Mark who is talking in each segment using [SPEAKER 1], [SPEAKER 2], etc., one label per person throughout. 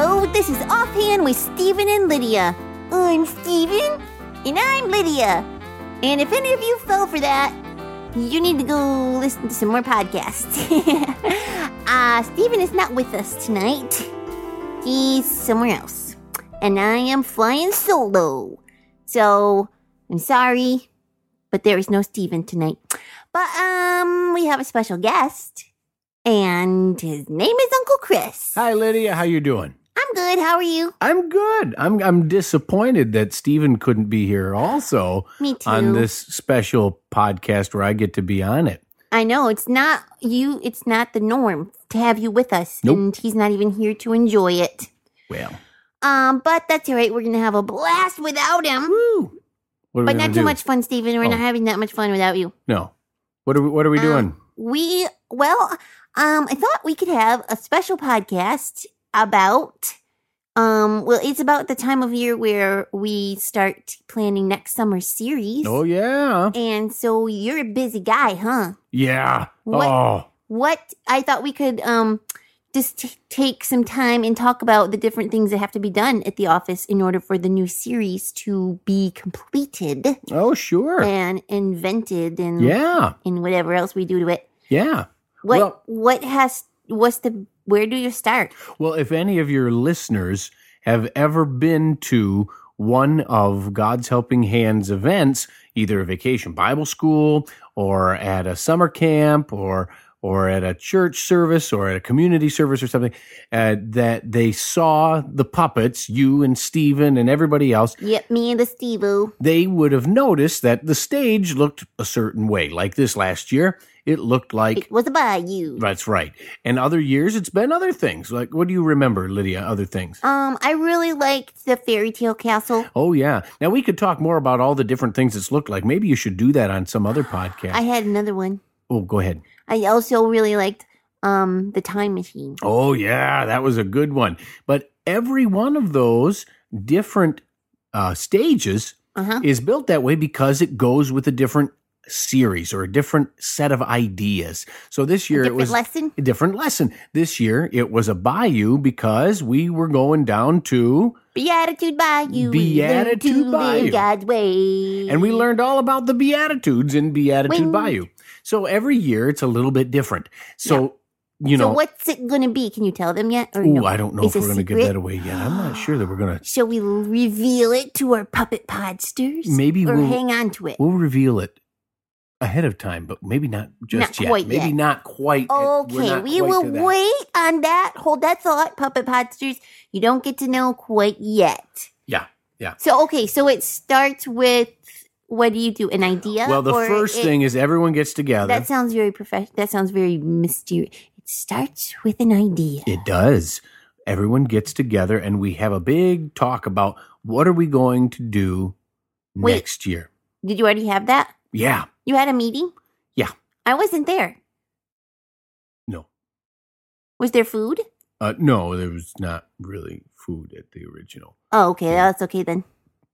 [SPEAKER 1] Oh, this is Offhand with Stephen and Lydia. I'm Stephen, and I'm Lydia. And if any of you fell for that, you need to go listen to some more podcasts. uh, Stephen is not with us tonight, he's somewhere else. And I am flying solo. So, I'm sorry, but there is no Stephen tonight. But, um, we have a special guest, and his name is Uncle Chris.
[SPEAKER 2] Hi, Lydia. How you doing?
[SPEAKER 1] I'm good. How are you?
[SPEAKER 2] I'm good. I'm I'm disappointed that Steven couldn't be here also
[SPEAKER 1] Me too.
[SPEAKER 2] on this special podcast where I get to be on it.
[SPEAKER 1] I know it's not you. It's not the norm to have you with us,
[SPEAKER 2] Nope.
[SPEAKER 1] and he's not even here to enjoy it.
[SPEAKER 2] Well,
[SPEAKER 1] Um, but that's all right. We're gonna have a blast without him.
[SPEAKER 2] woo. What are
[SPEAKER 1] But not
[SPEAKER 2] we gonna
[SPEAKER 1] too
[SPEAKER 2] do?
[SPEAKER 1] much fun, Stephen. We're not
[SPEAKER 2] Oh.
[SPEAKER 1] having that much fun without you.
[SPEAKER 2] No. What are we what are we
[SPEAKER 1] Um,
[SPEAKER 2] doing?
[SPEAKER 1] We well, um, I thought we could have a special podcast about um. Well, it's about the time of year where we start planning next summer's series.
[SPEAKER 2] Oh yeah.
[SPEAKER 1] And so you're a busy guy, huh?
[SPEAKER 2] Yeah.
[SPEAKER 1] What-
[SPEAKER 2] Oh.
[SPEAKER 1] what I thought we could um just t- take some time and talk about the different things that have to be done at the office in order for the new series to be completed
[SPEAKER 2] Oh sure.
[SPEAKER 1] and invented and
[SPEAKER 2] yeah.
[SPEAKER 1] and whatever else we do to it.
[SPEAKER 2] Yeah.
[SPEAKER 1] What
[SPEAKER 2] Well-
[SPEAKER 1] what has what's the where do you start?
[SPEAKER 2] Well, if any of your listeners have ever been to one of God's Helping Hands events, either a vacation Bible school or at a summer camp or or at a church service or at a community service or something, uh, that they saw the puppets, you and Steven and everybody else,
[SPEAKER 1] Yep, me and the Stevo.
[SPEAKER 2] they would have noticed that the stage looked a certain way. Like this last year, it looked like
[SPEAKER 1] It was about you.
[SPEAKER 2] that's right. And other years, it's been other things. Like, what do you remember, Lydia? Other things?
[SPEAKER 1] Um, I really liked the fairy tale castle.
[SPEAKER 2] Oh, yeah. Now, we could talk more about all the different things it's looked like. Maybe you should do that on some other podcast.
[SPEAKER 1] I had another one.
[SPEAKER 2] oh, go ahead.
[SPEAKER 1] I also really liked um the time machine.
[SPEAKER 2] Oh, yeah. That was a good one. But every one of those different uh, stages
[SPEAKER 1] Uh huh.
[SPEAKER 2] is built that way because it goes with a different series or a different set of ideas. So this year it
[SPEAKER 1] Different
[SPEAKER 2] was.
[SPEAKER 1] lesson.
[SPEAKER 2] a different lesson. This year it was a bayou because we were going down to
[SPEAKER 1] Beatitude by you.
[SPEAKER 2] Beatitude Bayou.
[SPEAKER 1] God's way.
[SPEAKER 2] And we learned all about the Beatitudes in Beatitude
[SPEAKER 1] Wing.
[SPEAKER 2] Bayou. So every year it's a little bit different. So, you
[SPEAKER 1] So
[SPEAKER 2] know,
[SPEAKER 1] what's it going to be? Can you tell them yet? Or
[SPEAKER 2] ooh,
[SPEAKER 1] no?
[SPEAKER 2] I don't know
[SPEAKER 1] It's
[SPEAKER 2] if
[SPEAKER 1] a
[SPEAKER 2] we're going to give
[SPEAKER 1] secret.
[SPEAKER 2] that away yet. I'm not sure that we're going to.
[SPEAKER 1] Shall we reveal it to our puppet podsters?
[SPEAKER 2] Maybe
[SPEAKER 1] Or
[SPEAKER 2] we'll-
[SPEAKER 1] hang on to it.
[SPEAKER 2] We'll reveal it ahead of time, but maybe not just
[SPEAKER 1] Not
[SPEAKER 2] yet.
[SPEAKER 1] quite
[SPEAKER 2] maybe
[SPEAKER 1] yet.
[SPEAKER 2] not quite. at- we're
[SPEAKER 1] okay,
[SPEAKER 2] not
[SPEAKER 1] we
[SPEAKER 2] quite
[SPEAKER 1] will
[SPEAKER 2] to that.
[SPEAKER 1] wait on that. Hold that thought, puppet podsters. You don't get to know quite yet.
[SPEAKER 2] Yeah, yeah.
[SPEAKER 1] So, okay, so it starts with what do you do? An idea?
[SPEAKER 2] Well, the
[SPEAKER 1] Or
[SPEAKER 2] first
[SPEAKER 1] it-
[SPEAKER 2] thing is everyone gets together.
[SPEAKER 1] That sounds very professional. That sounds very mysterious. It starts with an idea.
[SPEAKER 2] It does. Everyone gets together and we have a big talk about what are we going to do
[SPEAKER 1] Wait.
[SPEAKER 2] next year.
[SPEAKER 1] Did you already have that?
[SPEAKER 2] Yeah.
[SPEAKER 1] You had a meeting?
[SPEAKER 2] Yeah.
[SPEAKER 1] I wasn't there.
[SPEAKER 2] No.
[SPEAKER 1] Was there food?
[SPEAKER 2] Uh, no, there was not really food at the original.
[SPEAKER 1] Oh, okay.
[SPEAKER 2] Yeah.
[SPEAKER 1] That's okay then.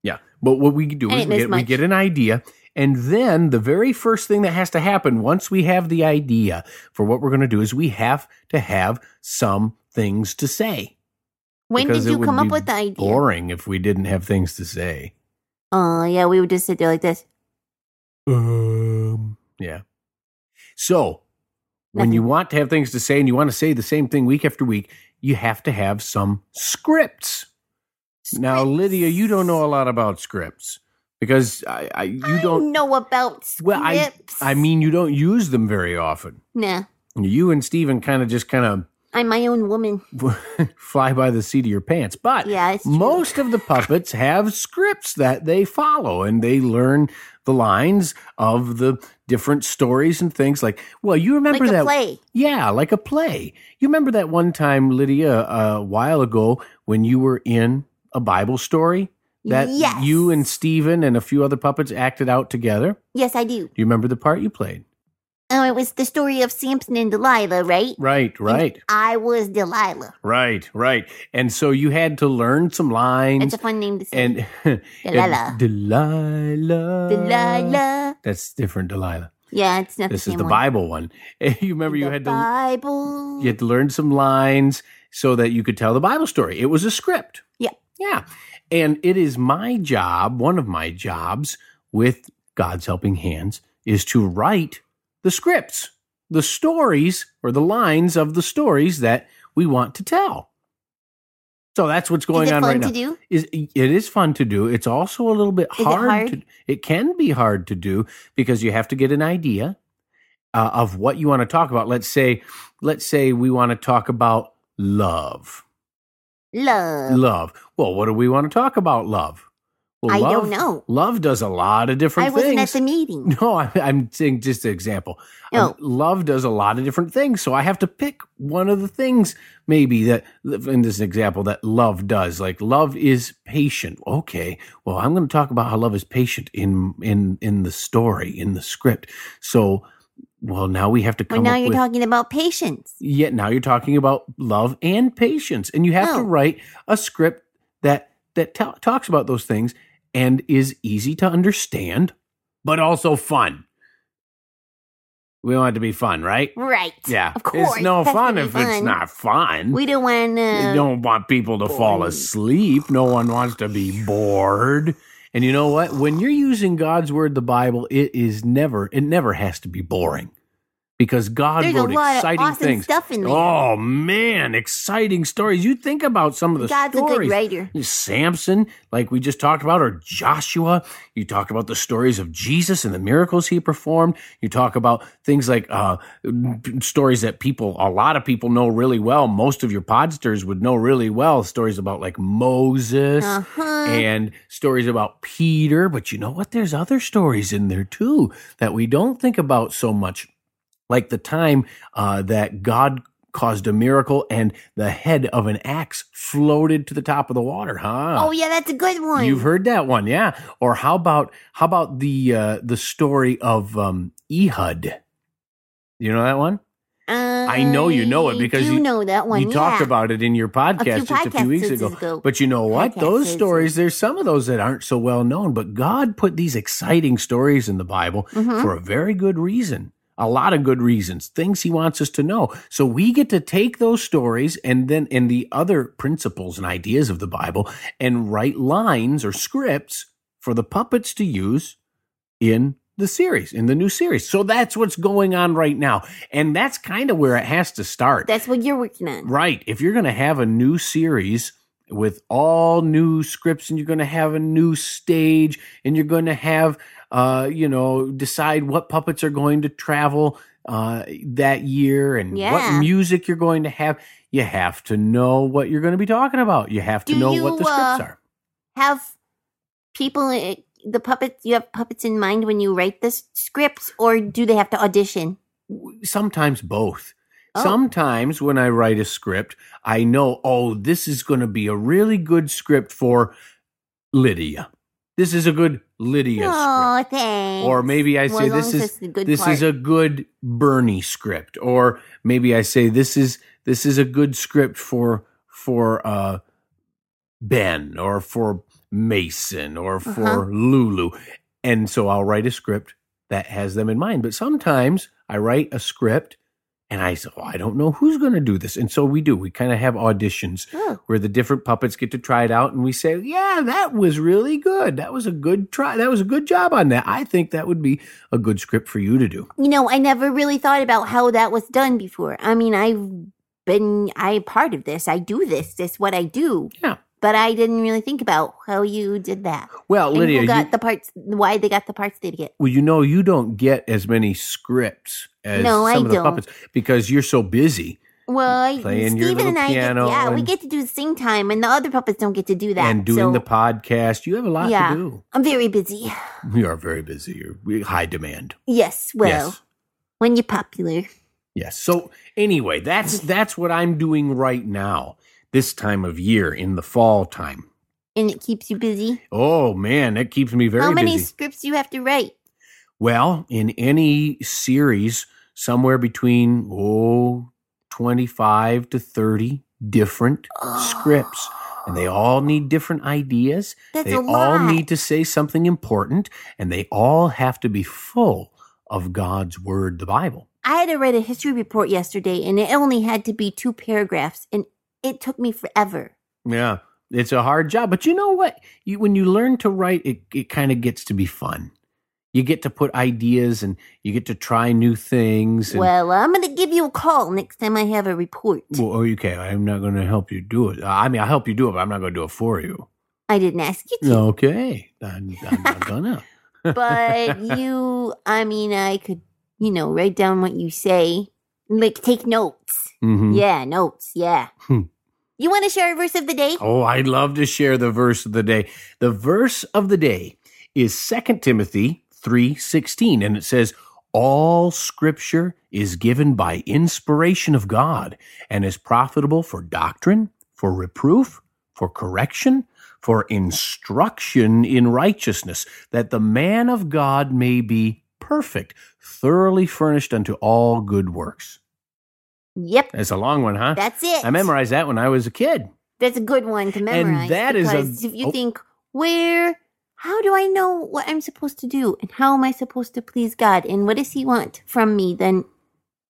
[SPEAKER 2] Yeah, but what we do
[SPEAKER 1] I
[SPEAKER 2] is
[SPEAKER 1] didn't
[SPEAKER 2] we
[SPEAKER 1] miss
[SPEAKER 2] get, we
[SPEAKER 1] much.
[SPEAKER 2] get an idea, and then the very first thing that has to happen once we have the idea for what we're going to do is we have to have some things to say.
[SPEAKER 1] When
[SPEAKER 2] Because
[SPEAKER 1] did
[SPEAKER 2] it
[SPEAKER 1] you
[SPEAKER 2] would
[SPEAKER 1] come up
[SPEAKER 2] be
[SPEAKER 1] with the idea?
[SPEAKER 2] Boring if we didn't have things to say.
[SPEAKER 1] oh, yeah. We would just sit there like this.
[SPEAKER 2] Um, yeah. So when you
[SPEAKER 1] Nothing.
[SPEAKER 2] want to have things to say and you want to say the same thing week after week, you have to have some scripts. Now,
[SPEAKER 1] Scripts.
[SPEAKER 2] Lydia, you don't know a lot about scripts because I, I you
[SPEAKER 1] I
[SPEAKER 2] don't.
[SPEAKER 1] know about scripts.
[SPEAKER 2] Well, I I mean you don't use them very often.
[SPEAKER 1] nah.
[SPEAKER 2] You and Steven kind of just kind
[SPEAKER 1] I'm my own woman.
[SPEAKER 2] of fly by the seat of your pants. But
[SPEAKER 1] Yeah, it's true.
[SPEAKER 2] most of the puppets have scripts that they follow and they learn the lines of the different stories and things like well you
[SPEAKER 1] Like
[SPEAKER 2] remember
[SPEAKER 1] a
[SPEAKER 2] that
[SPEAKER 1] play.
[SPEAKER 2] yeah, like a play. You remember that one time, Lydia, a while ago when you were in a Bible story that
[SPEAKER 1] Yes.
[SPEAKER 2] you and Steven and a few other puppets acted out together? Do
[SPEAKER 1] Yes, I do.
[SPEAKER 2] you remember the part you played?
[SPEAKER 1] Oh, it was the story of Samson and Delilah, right?
[SPEAKER 2] Right, right,
[SPEAKER 1] I was Delilah.
[SPEAKER 2] right, right. And so you had to learn some
[SPEAKER 1] That's
[SPEAKER 2] lines
[SPEAKER 1] a fun name to say.
[SPEAKER 2] and,
[SPEAKER 1] Delilah.
[SPEAKER 2] and Delilah.
[SPEAKER 1] Delilah.
[SPEAKER 2] That's different, Delilah.
[SPEAKER 1] Yeah, it's not
[SPEAKER 2] This
[SPEAKER 1] the same
[SPEAKER 2] is the
[SPEAKER 1] one.
[SPEAKER 2] Bible one. You remember you
[SPEAKER 1] The
[SPEAKER 2] had to
[SPEAKER 1] Bible.
[SPEAKER 2] you had to learn some lines so that you could tell the Bible story. It was a script.
[SPEAKER 1] Yeah.
[SPEAKER 2] Yeah. And it is my job, one of my jobs with God's helping hands is to write the scripts, the stories or the lines of the stories that we want to tell. So that's what's going
[SPEAKER 1] Is it
[SPEAKER 2] on
[SPEAKER 1] fun
[SPEAKER 2] right
[SPEAKER 1] to
[SPEAKER 2] now.
[SPEAKER 1] do?
[SPEAKER 2] Is it is fun to do. It's also a little bit
[SPEAKER 1] it
[SPEAKER 2] hard,
[SPEAKER 1] hard?
[SPEAKER 2] to it can be hard to do because you have to get an idea uh, of what you want to talk about. Let's say let's say we want to talk about love.
[SPEAKER 1] Love.
[SPEAKER 2] Love. Well, what do we want to talk about love? Well,
[SPEAKER 1] I
[SPEAKER 2] love,
[SPEAKER 1] don't know.
[SPEAKER 2] Love does a lot of
[SPEAKER 1] I
[SPEAKER 2] different
[SPEAKER 1] wasn't at
[SPEAKER 2] things.
[SPEAKER 1] the meeting. Oh,
[SPEAKER 2] no, I, I'm saying just an example. Um,
[SPEAKER 1] No.
[SPEAKER 2] love does a lot of different things, so I have to pick one of the things maybe that in this example that love does. Like love is patient. Okay, well, I'm going to talk about how love is patient in in in the story in the script. So, well, now we have to
[SPEAKER 1] Well,
[SPEAKER 2] come
[SPEAKER 1] now
[SPEAKER 2] up
[SPEAKER 1] you're
[SPEAKER 2] with
[SPEAKER 1] talking about patience.
[SPEAKER 2] yet now you're talking about love and patience and you have to
[SPEAKER 1] No.
[SPEAKER 2] write a script that that ta- talks about those things and is easy to understand but also fun we want it to be fun right
[SPEAKER 1] Right.
[SPEAKER 2] yeah
[SPEAKER 1] Of course.
[SPEAKER 2] it's no
[SPEAKER 1] it has to
[SPEAKER 2] fun
[SPEAKER 1] be
[SPEAKER 2] if it's
[SPEAKER 1] fun.
[SPEAKER 2] not fun
[SPEAKER 1] We don't want
[SPEAKER 2] you
[SPEAKER 1] to.
[SPEAKER 2] don't want people to fall
[SPEAKER 1] boring.
[SPEAKER 2] asleep no one wants to be bored and you know what when you're using god's word the bible it is never it never has to be boring because god
[SPEAKER 1] There's a
[SPEAKER 2] wrote
[SPEAKER 1] lot of
[SPEAKER 2] exciting
[SPEAKER 1] awesome
[SPEAKER 2] things
[SPEAKER 1] stuff in there.
[SPEAKER 2] Oh man, exciting stories! You think about some of the
[SPEAKER 1] God's a
[SPEAKER 2] stories.
[SPEAKER 1] good writer.
[SPEAKER 2] Samson, like we just talked about, or Joshua. You talk about the stories of Jesus and the miracles he performed. You talk about things like uh, stories that people, a lot of people know really well. Most of your podsters would know really well. Stories about like Moses
[SPEAKER 1] Uh-huh.
[SPEAKER 2] and stories about Peter. But you know what? There's other stories in there too that we don't think about so much, like the time uh, that God caused a miracle and the head of an axe floated to the top of the water. Huh?
[SPEAKER 1] Oh, yeah, that's a good one.
[SPEAKER 2] uh, You've heard that one, yeah. Or how about how about the uh, the story of um, Ehud? You know that one? I know you know it because
[SPEAKER 1] Uh, you
[SPEAKER 2] you-
[SPEAKER 1] know that one.
[SPEAKER 2] you talked
[SPEAKER 1] yeah.
[SPEAKER 2] about it in your
[SPEAKER 1] few
[SPEAKER 2] podcast just a few weeks
[SPEAKER 1] podcasts
[SPEAKER 2] ago.
[SPEAKER 1] ago.
[SPEAKER 2] But you know what?
[SPEAKER 1] Podcasts
[SPEAKER 2] Those
[SPEAKER 1] ago.
[SPEAKER 2] stories, there's some of those that aren't so well known, but God put these exciting stories in the Bible
[SPEAKER 1] Mhm.
[SPEAKER 2] for a very good reason. A lot of good reasons, things he wants us to know. So we get to take those stories and then and the other principles and ideas of the Bible and write lines or scripts for the puppets to use in the series, in the new series. So that's what's going on right now. And that's kind of where it has to start.
[SPEAKER 1] That's what you're working on.
[SPEAKER 2] Right. If you're going to have a new series with all new scripts and you're going to have a new stage and you're going to have, uh, you know, decide what puppets are going to travel uh, that year and
[SPEAKER 1] Yeah.
[SPEAKER 2] what music you're going to have, you have to know what you're going to be talking about. You have to
[SPEAKER 1] Do
[SPEAKER 2] know
[SPEAKER 1] you,
[SPEAKER 2] what the
[SPEAKER 1] uh,
[SPEAKER 2] scripts are.
[SPEAKER 1] Have people, uh, the puppets, you have puppets in mind when you write the s- scripts, or do they have to audition?
[SPEAKER 2] sometimes both.
[SPEAKER 1] Oh.
[SPEAKER 2] Sometimes when I write a script, I know, oh, this is going to be a really good script for Lydia. This is a good Lydia script.
[SPEAKER 1] oh, thanks.
[SPEAKER 2] Or maybe I
[SPEAKER 1] Well,
[SPEAKER 2] say
[SPEAKER 1] as long
[SPEAKER 2] this
[SPEAKER 1] as
[SPEAKER 2] is
[SPEAKER 1] it's the good
[SPEAKER 2] this
[SPEAKER 1] part.
[SPEAKER 2] is a good Bernie script. Or maybe I say this is this is a good script for for uh Ben or for Mason or for
[SPEAKER 1] Uh-huh.
[SPEAKER 2] Lulu. And so I'll write a script that has them in mind. But sometimes I write a script and I say, oh, I don't know who's going to do this. And so we do. We kind of have auditions
[SPEAKER 1] Oh.
[SPEAKER 2] where the different puppets get to try it out and we say, yeah, that was really good. That was a good try. That was a good job on that. I think that would be a good script for you to do.
[SPEAKER 1] you know, I never really thought about how that was done before. I mean, I've been I part of this. I do this. This what I do.
[SPEAKER 2] Yeah.
[SPEAKER 1] But I didn't really think about how you did that.
[SPEAKER 2] Well,
[SPEAKER 1] And
[SPEAKER 2] Lydia,
[SPEAKER 1] who got
[SPEAKER 2] you,
[SPEAKER 1] the parts? Why they got the parts they get?
[SPEAKER 2] well, you know, you don't get as many scripts as
[SPEAKER 1] No,
[SPEAKER 2] some
[SPEAKER 1] I
[SPEAKER 2] of the
[SPEAKER 1] don't.
[SPEAKER 2] puppets because you're so busy.
[SPEAKER 1] Well, I-
[SPEAKER 2] Playing your
[SPEAKER 1] Stephen
[SPEAKER 2] little
[SPEAKER 1] and I, get,
[SPEAKER 2] piano
[SPEAKER 1] yeah, we
[SPEAKER 2] and-
[SPEAKER 1] get to do the sing time, and the other puppets don't get to do that.
[SPEAKER 2] and doing
[SPEAKER 1] so
[SPEAKER 2] the podcast. You have a lot
[SPEAKER 1] Yeah.
[SPEAKER 2] to do.
[SPEAKER 1] I'm very busy.
[SPEAKER 2] You are very busy. You're we- high demand.
[SPEAKER 1] Yes, well,
[SPEAKER 2] yes.
[SPEAKER 1] when you're popular,
[SPEAKER 2] Yes. So anyway, that's that's what I'm doing right now. This time of year in the fall time.
[SPEAKER 1] and it keeps you busy.
[SPEAKER 2] Oh man, that keeps me very
[SPEAKER 1] how many
[SPEAKER 2] busy.
[SPEAKER 1] scripts do you have to write?
[SPEAKER 2] Well, in any series, somewhere between oh 25 to 30 different scripts. And they all need different ideas.
[SPEAKER 1] That's
[SPEAKER 2] they
[SPEAKER 1] a
[SPEAKER 2] all
[SPEAKER 1] lot.
[SPEAKER 2] need to say something important, and they all have to be full of God's word, the Bible.
[SPEAKER 1] I had to write a history report yesterday, and it only had to be two paragraphs, and It took me forever.
[SPEAKER 2] Yeah. It's a hard job, but you know what? You, when you learn to write, it, it kind of gets to be fun. You get to put ideas and you get to try new things. And,
[SPEAKER 1] Well, I'm going to give you a call next time I have a report.
[SPEAKER 2] Well, oh, okay. I'm not going to help you do it. I mean, I'll help you do it, but I'm not going to do it for you.
[SPEAKER 1] I didn't ask you to,
[SPEAKER 2] Okay. I'm, I'm not going to.
[SPEAKER 1] but you, I mean, I could, you know, write down what you say, like take notes.
[SPEAKER 2] Mhm.
[SPEAKER 1] Yeah, notes. Yeah.
[SPEAKER 2] Hmm.
[SPEAKER 1] You want to share a verse of the day?
[SPEAKER 2] Oh, I'd love to share the verse of the day. The verse of the day is 2 Timothy 3:16 and it says all scripture is given by inspiration of God and is profitable for doctrine, for reproof, for correction, for instruction in righteousness, that the man of God may be perfect, thoroughly furnished unto all good works.
[SPEAKER 1] Yep,
[SPEAKER 2] That's a long one, huh?
[SPEAKER 1] that's it.
[SPEAKER 2] I memorized that when I was a kid.
[SPEAKER 1] That's a good one to memorize.
[SPEAKER 2] that is a-
[SPEAKER 1] because if you
[SPEAKER 2] oh.
[SPEAKER 1] think where, how do I know what I'm supposed to do, and how am I supposed to please God, and what does He want from me? Then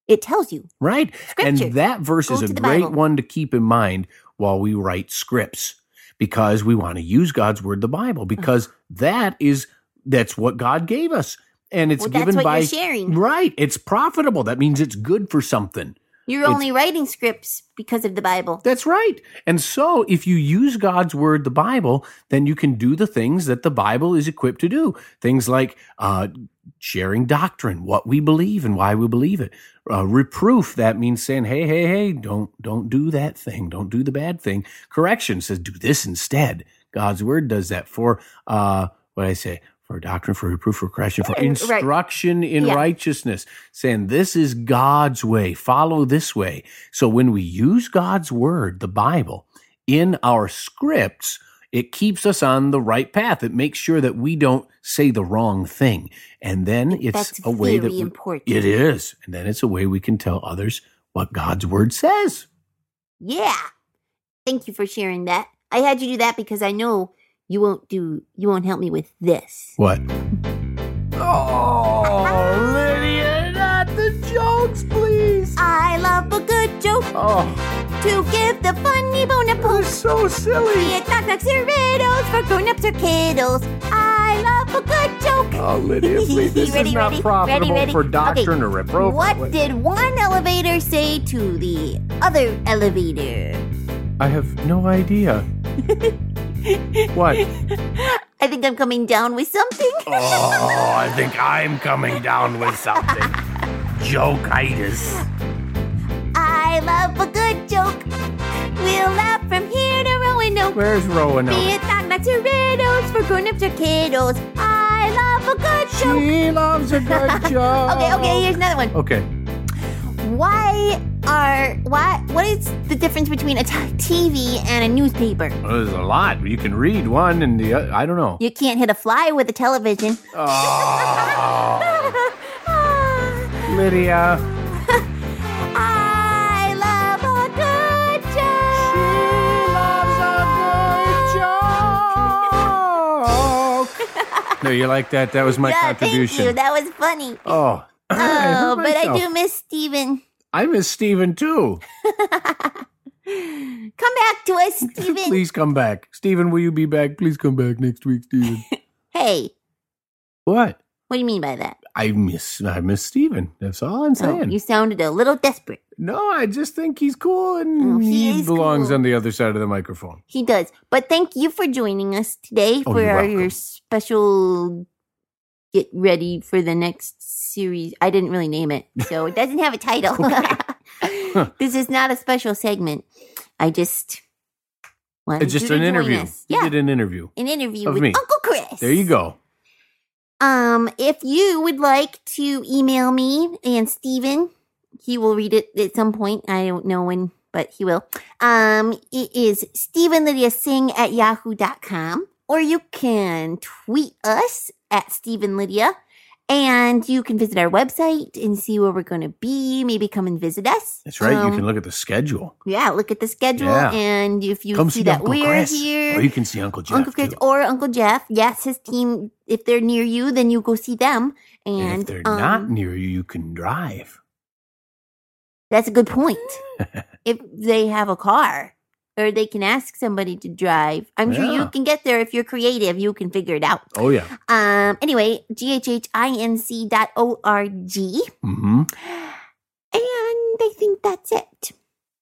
[SPEAKER 1] it tells you.
[SPEAKER 2] Right.
[SPEAKER 1] Scripture.
[SPEAKER 2] And that verse
[SPEAKER 1] Go
[SPEAKER 2] is
[SPEAKER 1] to
[SPEAKER 2] a
[SPEAKER 1] the
[SPEAKER 2] great
[SPEAKER 1] Bible.
[SPEAKER 2] one to keep in mind while we write scripts because we want to use God's word, the Bible,
[SPEAKER 1] Mm-hmm.
[SPEAKER 2] because that is that's what God gave us. And it's
[SPEAKER 1] well, that's
[SPEAKER 2] given
[SPEAKER 1] what
[SPEAKER 2] by
[SPEAKER 1] you're sharing.
[SPEAKER 2] Right. It's profitable. That means it's good for something.
[SPEAKER 1] You're
[SPEAKER 2] It's-
[SPEAKER 1] only writing scripts because of the Bible.
[SPEAKER 2] That's right. And so if you use God's word, the Bible, then you can do the things that the Bible is equipped to do. Things like uh, sharing doctrine, what we believe and why we believe it. Uh, reproof, that means saying, hey, hey, hey, don't, don't do that thing. Don't do the bad thing. Correction says, do this instead. God's word does that for, uh, what I say, for doctrine, for reproof, for correction, for
[SPEAKER 1] Right.
[SPEAKER 2] instruction in
[SPEAKER 1] Yeah.
[SPEAKER 2] righteousness, saying, this is God's way. Follow this way. So when we use God's word, the Bible, in our scripts, it keeps us on the right path. It makes sure that we don't say the wrong thing. And then it's
[SPEAKER 1] that's
[SPEAKER 2] a way that
[SPEAKER 1] very
[SPEAKER 2] we,
[SPEAKER 1] important.
[SPEAKER 2] it is. And then it's a way we can tell others what God's word says.
[SPEAKER 1] Yeah. Thank you for sharing that. I had you do that because I know you won't do. You won't help me with this.
[SPEAKER 2] What? Oh, Lydia, not the jokes, please.
[SPEAKER 1] I love a good joke
[SPEAKER 2] Oh,
[SPEAKER 1] to give the funny bone a
[SPEAKER 2] they're
[SPEAKER 1] poke.
[SPEAKER 2] so
[SPEAKER 1] Be
[SPEAKER 2] silly.
[SPEAKER 1] it knock knocks or riddles for grown-ups or kiddos. I love a good joke.
[SPEAKER 2] Oh, Lydia, please, this
[SPEAKER 1] Ready,
[SPEAKER 2] is not
[SPEAKER 1] ready,
[SPEAKER 2] profitable
[SPEAKER 1] ready, ready.
[SPEAKER 2] for
[SPEAKER 1] Okay,
[SPEAKER 2] doctrine or reproof.
[SPEAKER 1] What did one elevator say to the other elevator?
[SPEAKER 2] I have no idea. what?
[SPEAKER 1] I think I'm coming down with something.
[SPEAKER 2] Oh, I think I'm coming down with something. Jokeitis.
[SPEAKER 1] I love a good joke. We'll laugh from here to Roanoke.
[SPEAKER 2] Where's
[SPEAKER 1] Be
[SPEAKER 2] Roanoke?
[SPEAKER 1] it knock knocks or riddles for grown-ups or kiddos. I love a good joke.
[SPEAKER 2] She loves a good joke.
[SPEAKER 1] Okay, okay, here's another one.
[SPEAKER 2] Okay.
[SPEAKER 1] Why are why what is the difference between a t- TV and a newspaper?
[SPEAKER 2] Well, there's a lot. You can read one and the other. I don't know.
[SPEAKER 1] You can't hit a fly with a television.
[SPEAKER 2] Oh,
[SPEAKER 1] I
[SPEAKER 2] Lydia.
[SPEAKER 1] love a good joke.
[SPEAKER 2] No, you like that? That was my
[SPEAKER 1] yeah,
[SPEAKER 2] contribution.
[SPEAKER 1] Thank you. That was funny.
[SPEAKER 2] oh. I hurt
[SPEAKER 1] Oh, but I
[SPEAKER 2] myself.
[SPEAKER 1] do miss Steven.
[SPEAKER 2] I miss Steven too.
[SPEAKER 1] Come back to us, Steven.
[SPEAKER 2] Please come back. Steven, will you be back? Please come back next week, Steven.
[SPEAKER 1] Hey,
[SPEAKER 2] what?
[SPEAKER 1] what do you mean by that?
[SPEAKER 2] I miss I miss Steven. That's all I'm
[SPEAKER 1] Oh,
[SPEAKER 2] saying.
[SPEAKER 1] you sounded a little desperate.
[SPEAKER 2] no, I just think he's cool
[SPEAKER 1] Oh,
[SPEAKER 2] and
[SPEAKER 1] he
[SPEAKER 2] he,
[SPEAKER 1] is
[SPEAKER 2] belongs
[SPEAKER 1] cool.
[SPEAKER 2] on the other side of the microphone.
[SPEAKER 1] He does. But thank you for joining us today
[SPEAKER 2] Oh,
[SPEAKER 1] for
[SPEAKER 2] you're
[SPEAKER 1] our,
[SPEAKER 2] welcome.
[SPEAKER 1] your special get ready for the next series. I didn't really name it, so it doesn't have a title. this is not a special segment. I just wanted
[SPEAKER 2] It's just
[SPEAKER 1] you
[SPEAKER 2] an
[SPEAKER 1] to join
[SPEAKER 2] interview.
[SPEAKER 1] us.
[SPEAKER 2] He
[SPEAKER 1] Yeah,
[SPEAKER 2] did an interview.
[SPEAKER 1] an interview
[SPEAKER 2] of
[SPEAKER 1] with
[SPEAKER 2] me.
[SPEAKER 1] Uncle Chris.
[SPEAKER 2] There you go.
[SPEAKER 1] Um, if you would like to email me and Steven, he will read it at some point. I don't know when, but he will. Um, it is StephenLydiaSing at yahoo.com, or you can tweet us at Stephen Lydia, and you can visit our website and see where we're going to be. Maybe come and visit us.
[SPEAKER 2] That's right.
[SPEAKER 1] Um,
[SPEAKER 2] you can look at the schedule.
[SPEAKER 1] yeah, look at the schedule,
[SPEAKER 2] Yeah.
[SPEAKER 1] and if you
[SPEAKER 2] Come
[SPEAKER 1] see,
[SPEAKER 2] see
[SPEAKER 1] that
[SPEAKER 2] Uncle
[SPEAKER 1] we're
[SPEAKER 2] Chris. Oh,
[SPEAKER 1] here,
[SPEAKER 2] Or you can see Uncle Jeff.
[SPEAKER 1] Uncle Chris
[SPEAKER 2] too.
[SPEAKER 1] or Uncle Jeff. Yes, his team. If they're near you, then you go see them. And,
[SPEAKER 2] and if they're
[SPEAKER 1] um,
[SPEAKER 2] not near you, you can drive.
[SPEAKER 1] that's a good point. if they have a car, or they can ask somebody to drive. I'm sure you
[SPEAKER 2] Yeah.
[SPEAKER 1] can get there if you're creative. You can figure it out.
[SPEAKER 2] Oh yeah.
[SPEAKER 1] Um. Anyway, ghhinc dot org,
[SPEAKER 2] Mm-hmm.
[SPEAKER 1] and I think that's it.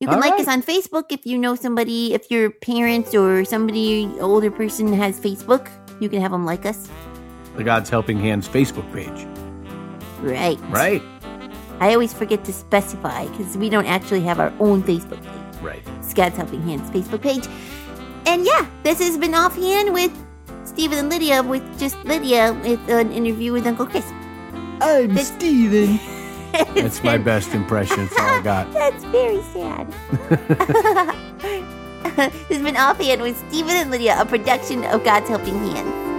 [SPEAKER 1] You can
[SPEAKER 2] All
[SPEAKER 1] like
[SPEAKER 2] right.
[SPEAKER 1] us on Facebook if you know somebody, if your parents or somebody older person has Facebook, you can have them like us.
[SPEAKER 2] The God's Helping Hands Facebook page.
[SPEAKER 1] Right.
[SPEAKER 2] Right.
[SPEAKER 1] I always forget to specify because we don't actually have our own Facebook page.
[SPEAKER 2] Right.
[SPEAKER 1] Scott's Helping Hands Facebook page. And yeah, this has been Offhand with Stephen and Lydia, with just Lydia, with an interview with Uncle Chris.
[SPEAKER 2] I'm
[SPEAKER 1] This-
[SPEAKER 2] Steven.
[SPEAKER 1] It's
[SPEAKER 2] That's my
[SPEAKER 1] been-
[SPEAKER 2] best impression. That's all I got.
[SPEAKER 1] That's very sad. this has been Offhand with Stephen and Lydia, a production of God's Helping Hands.